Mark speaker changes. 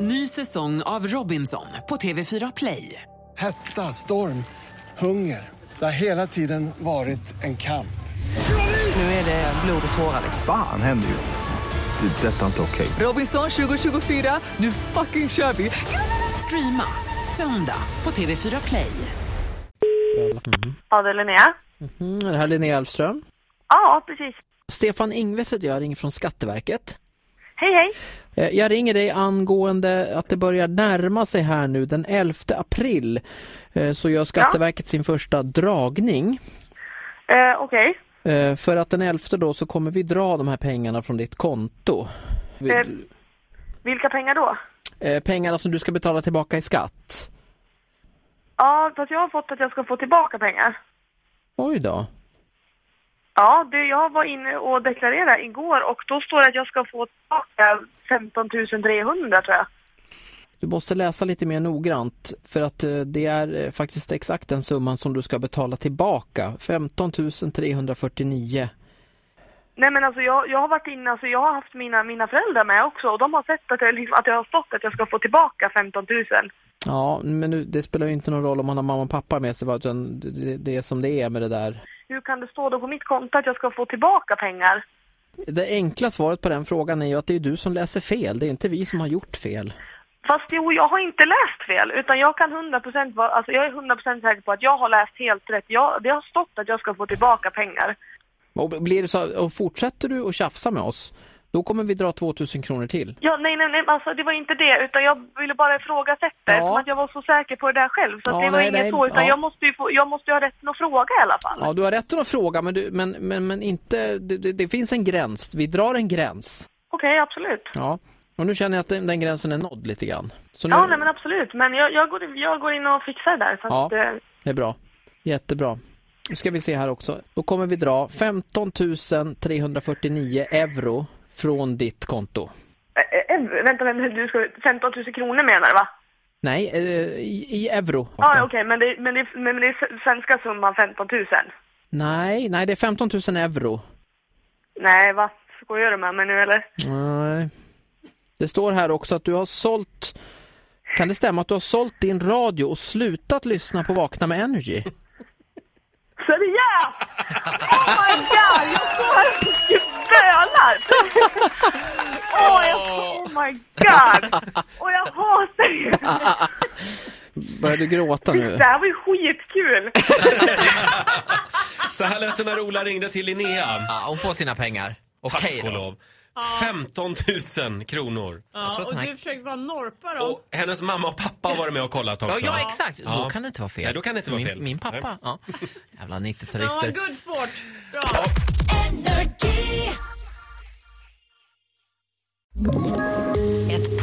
Speaker 1: Ny säsong av Robinson på TV4 Play.
Speaker 2: Hetta, storm, hunger. Det har hela tiden varit en kamp.
Speaker 1: Nu är det blod och tårar.
Speaker 3: Fan händer just nu. Det. är Detta är inte okej.
Speaker 1: Robinson 2024, nu fucking kör vi! Streama söndag på TV4 Play.
Speaker 4: Ja, det är Linnea.
Speaker 5: Mm, är det här Linnea Elfström?
Speaker 4: Ja, precis.
Speaker 5: Stefan Ingves heter jag, ringer från Skatteverket.
Speaker 4: Hej, hej.
Speaker 5: Eh, Jag ringer dig angående att det börjar närma sig här nu den 11 april. eh, Så gör Skatteverket sin första dragning.
Speaker 4: Eh, Okej.
Speaker 5: Eh, För att den 11 då så kommer vi dra de här pengarna från ditt konto. Vi-
Speaker 4: Eh. Vilka pengar då?
Speaker 5: eh, Pengarna som du ska betala tillbaka i skatt.
Speaker 4: Ja, fast jag har fått att jag ska få tillbaka pengar.
Speaker 5: Oj då.
Speaker 4: Ja, det, jag var inne och deklarerade igår och då står det att jag ska få tillbaka 15 300 tror jag.
Speaker 5: Du måste läsa lite mer noggrant för att eh, det är eh, faktiskt exakt den summan som du ska betala tillbaka. 15 349
Speaker 4: Nej men alltså jag, jag har varit inne, alltså jag har haft mina, mina föräldrar med också och de har sett att jag, liksom, att jag har stått att jag ska få tillbaka 15 000.
Speaker 5: Ja, men nu, det spelar ju inte någon roll om man har mamma och pappa med sig, va, utan det- det, det är som det är med det där.
Speaker 4: Hur kan det stå då på mitt konto att jag ska få tillbaka pengar?
Speaker 5: Det enkla svaret på den frågan är ju att det är du som läser fel, det är inte vi som har gjort fel.
Speaker 4: Fast jo, jag har inte läst fel, utan jag kan 100% vara, alltså jag är 100% säker på att jag har läst helt rätt. Jag, det har stått att jag ska få tillbaka pengar.
Speaker 5: Och, blir det så, och fortsätter du att tjafsa med oss, då kommer vi dra 2000 kronor till.
Speaker 4: Ja, nej, nej, nej, alltså det var inte det, utan jag ville bara ifrågasätta
Speaker 5: Ja.
Speaker 4: eftersom att jag var så säker på det där själv. Så att
Speaker 5: Ja,
Speaker 4: det var
Speaker 5: nej,
Speaker 4: inget
Speaker 5: nej,
Speaker 4: så, utan
Speaker 5: ja.
Speaker 4: jag måste ju få, jag måste ju ha rätten att fråga i alla fall.
Speaker 5: Ja, du har rätt att fråga, men, du, men, men, men inte, det, det, det finns en gräns. Vi drar en gräns.
Speaker 4: Okej, absolut.
Speaker 5: Ja, och nu känner jag att den, den gränsen är nådd lite grann. Så nu,
Speaker 4: Ja, nej men absolut. Men jag, jag, går, jag går in och fixar det där. Så
Speaker 5: Ja.
Speaker 4: att, eh,
Speaker 5: Det är bra. Jättebra. Nu ska vi se här också. Då kommer vi dra 15 349 euro från ditt konto.
Speaker 4: eh, eh, vänta, vänta, du ska, 15 000 kronor menar du va?
Speaker 5: Nej, eh, i, i euro.
Speaker 6: Ah,
Speaker 4: Ja, okej, men, det, men, det, men det är svenska summan 15 000.
Speaker 5: Nej, nej, det är 15 000 euro.
Speaker 4: Nej, vad skojar du med mig nu eller?
Speaker 5: Nej. Det står här också att du har sålt... Kan det stämma att du har sålt din radio och slutat lyssna på Vakna med Energy?
Speaker 4: Seriöst? Oh my god, jag står här och bölar! Åh, jag, oh my god! Och jag hatar ju det!
Speaker 5: Börjar du gråta nu?
Speaker 4: Det här var ju skitkul!
Speaker 6: Så här lät det när Ola ringde till Linnea.
Speaker 7: Ja, hon får sina pengar.
Speaker 6: Tack
Speaker 7: Okej
Speaker 6: och
Speaker 7: då.
Speaker 6: lov. 15 000 kronor.
Speaker 7: Jag tror
Speaker 8: Ja,
Speaker 7: att
Speaker 8: och
Speaker 7: den här-
Speaker 8: du försökte vara norpa då.
Speaker 6: Och hennes mamma och pappa har varit med och kollat
Speaker 7: Ja,
Speaker 6: också.
Speaker 7: ja, exakt. Då kan det inte vara fel.
Speaker 6: Nej, då kan det inte vara
Speaker 7: min,
Speaker 6: fel.
Speaker 7: Min
Speaker 6: Nej.
Speaker 7: pappa. Ja. Jävla
Speaker 8: Han var en
Speaker 7: 90-talister.
Speaker 8: good sport. Bra.
Speaker 9: Ett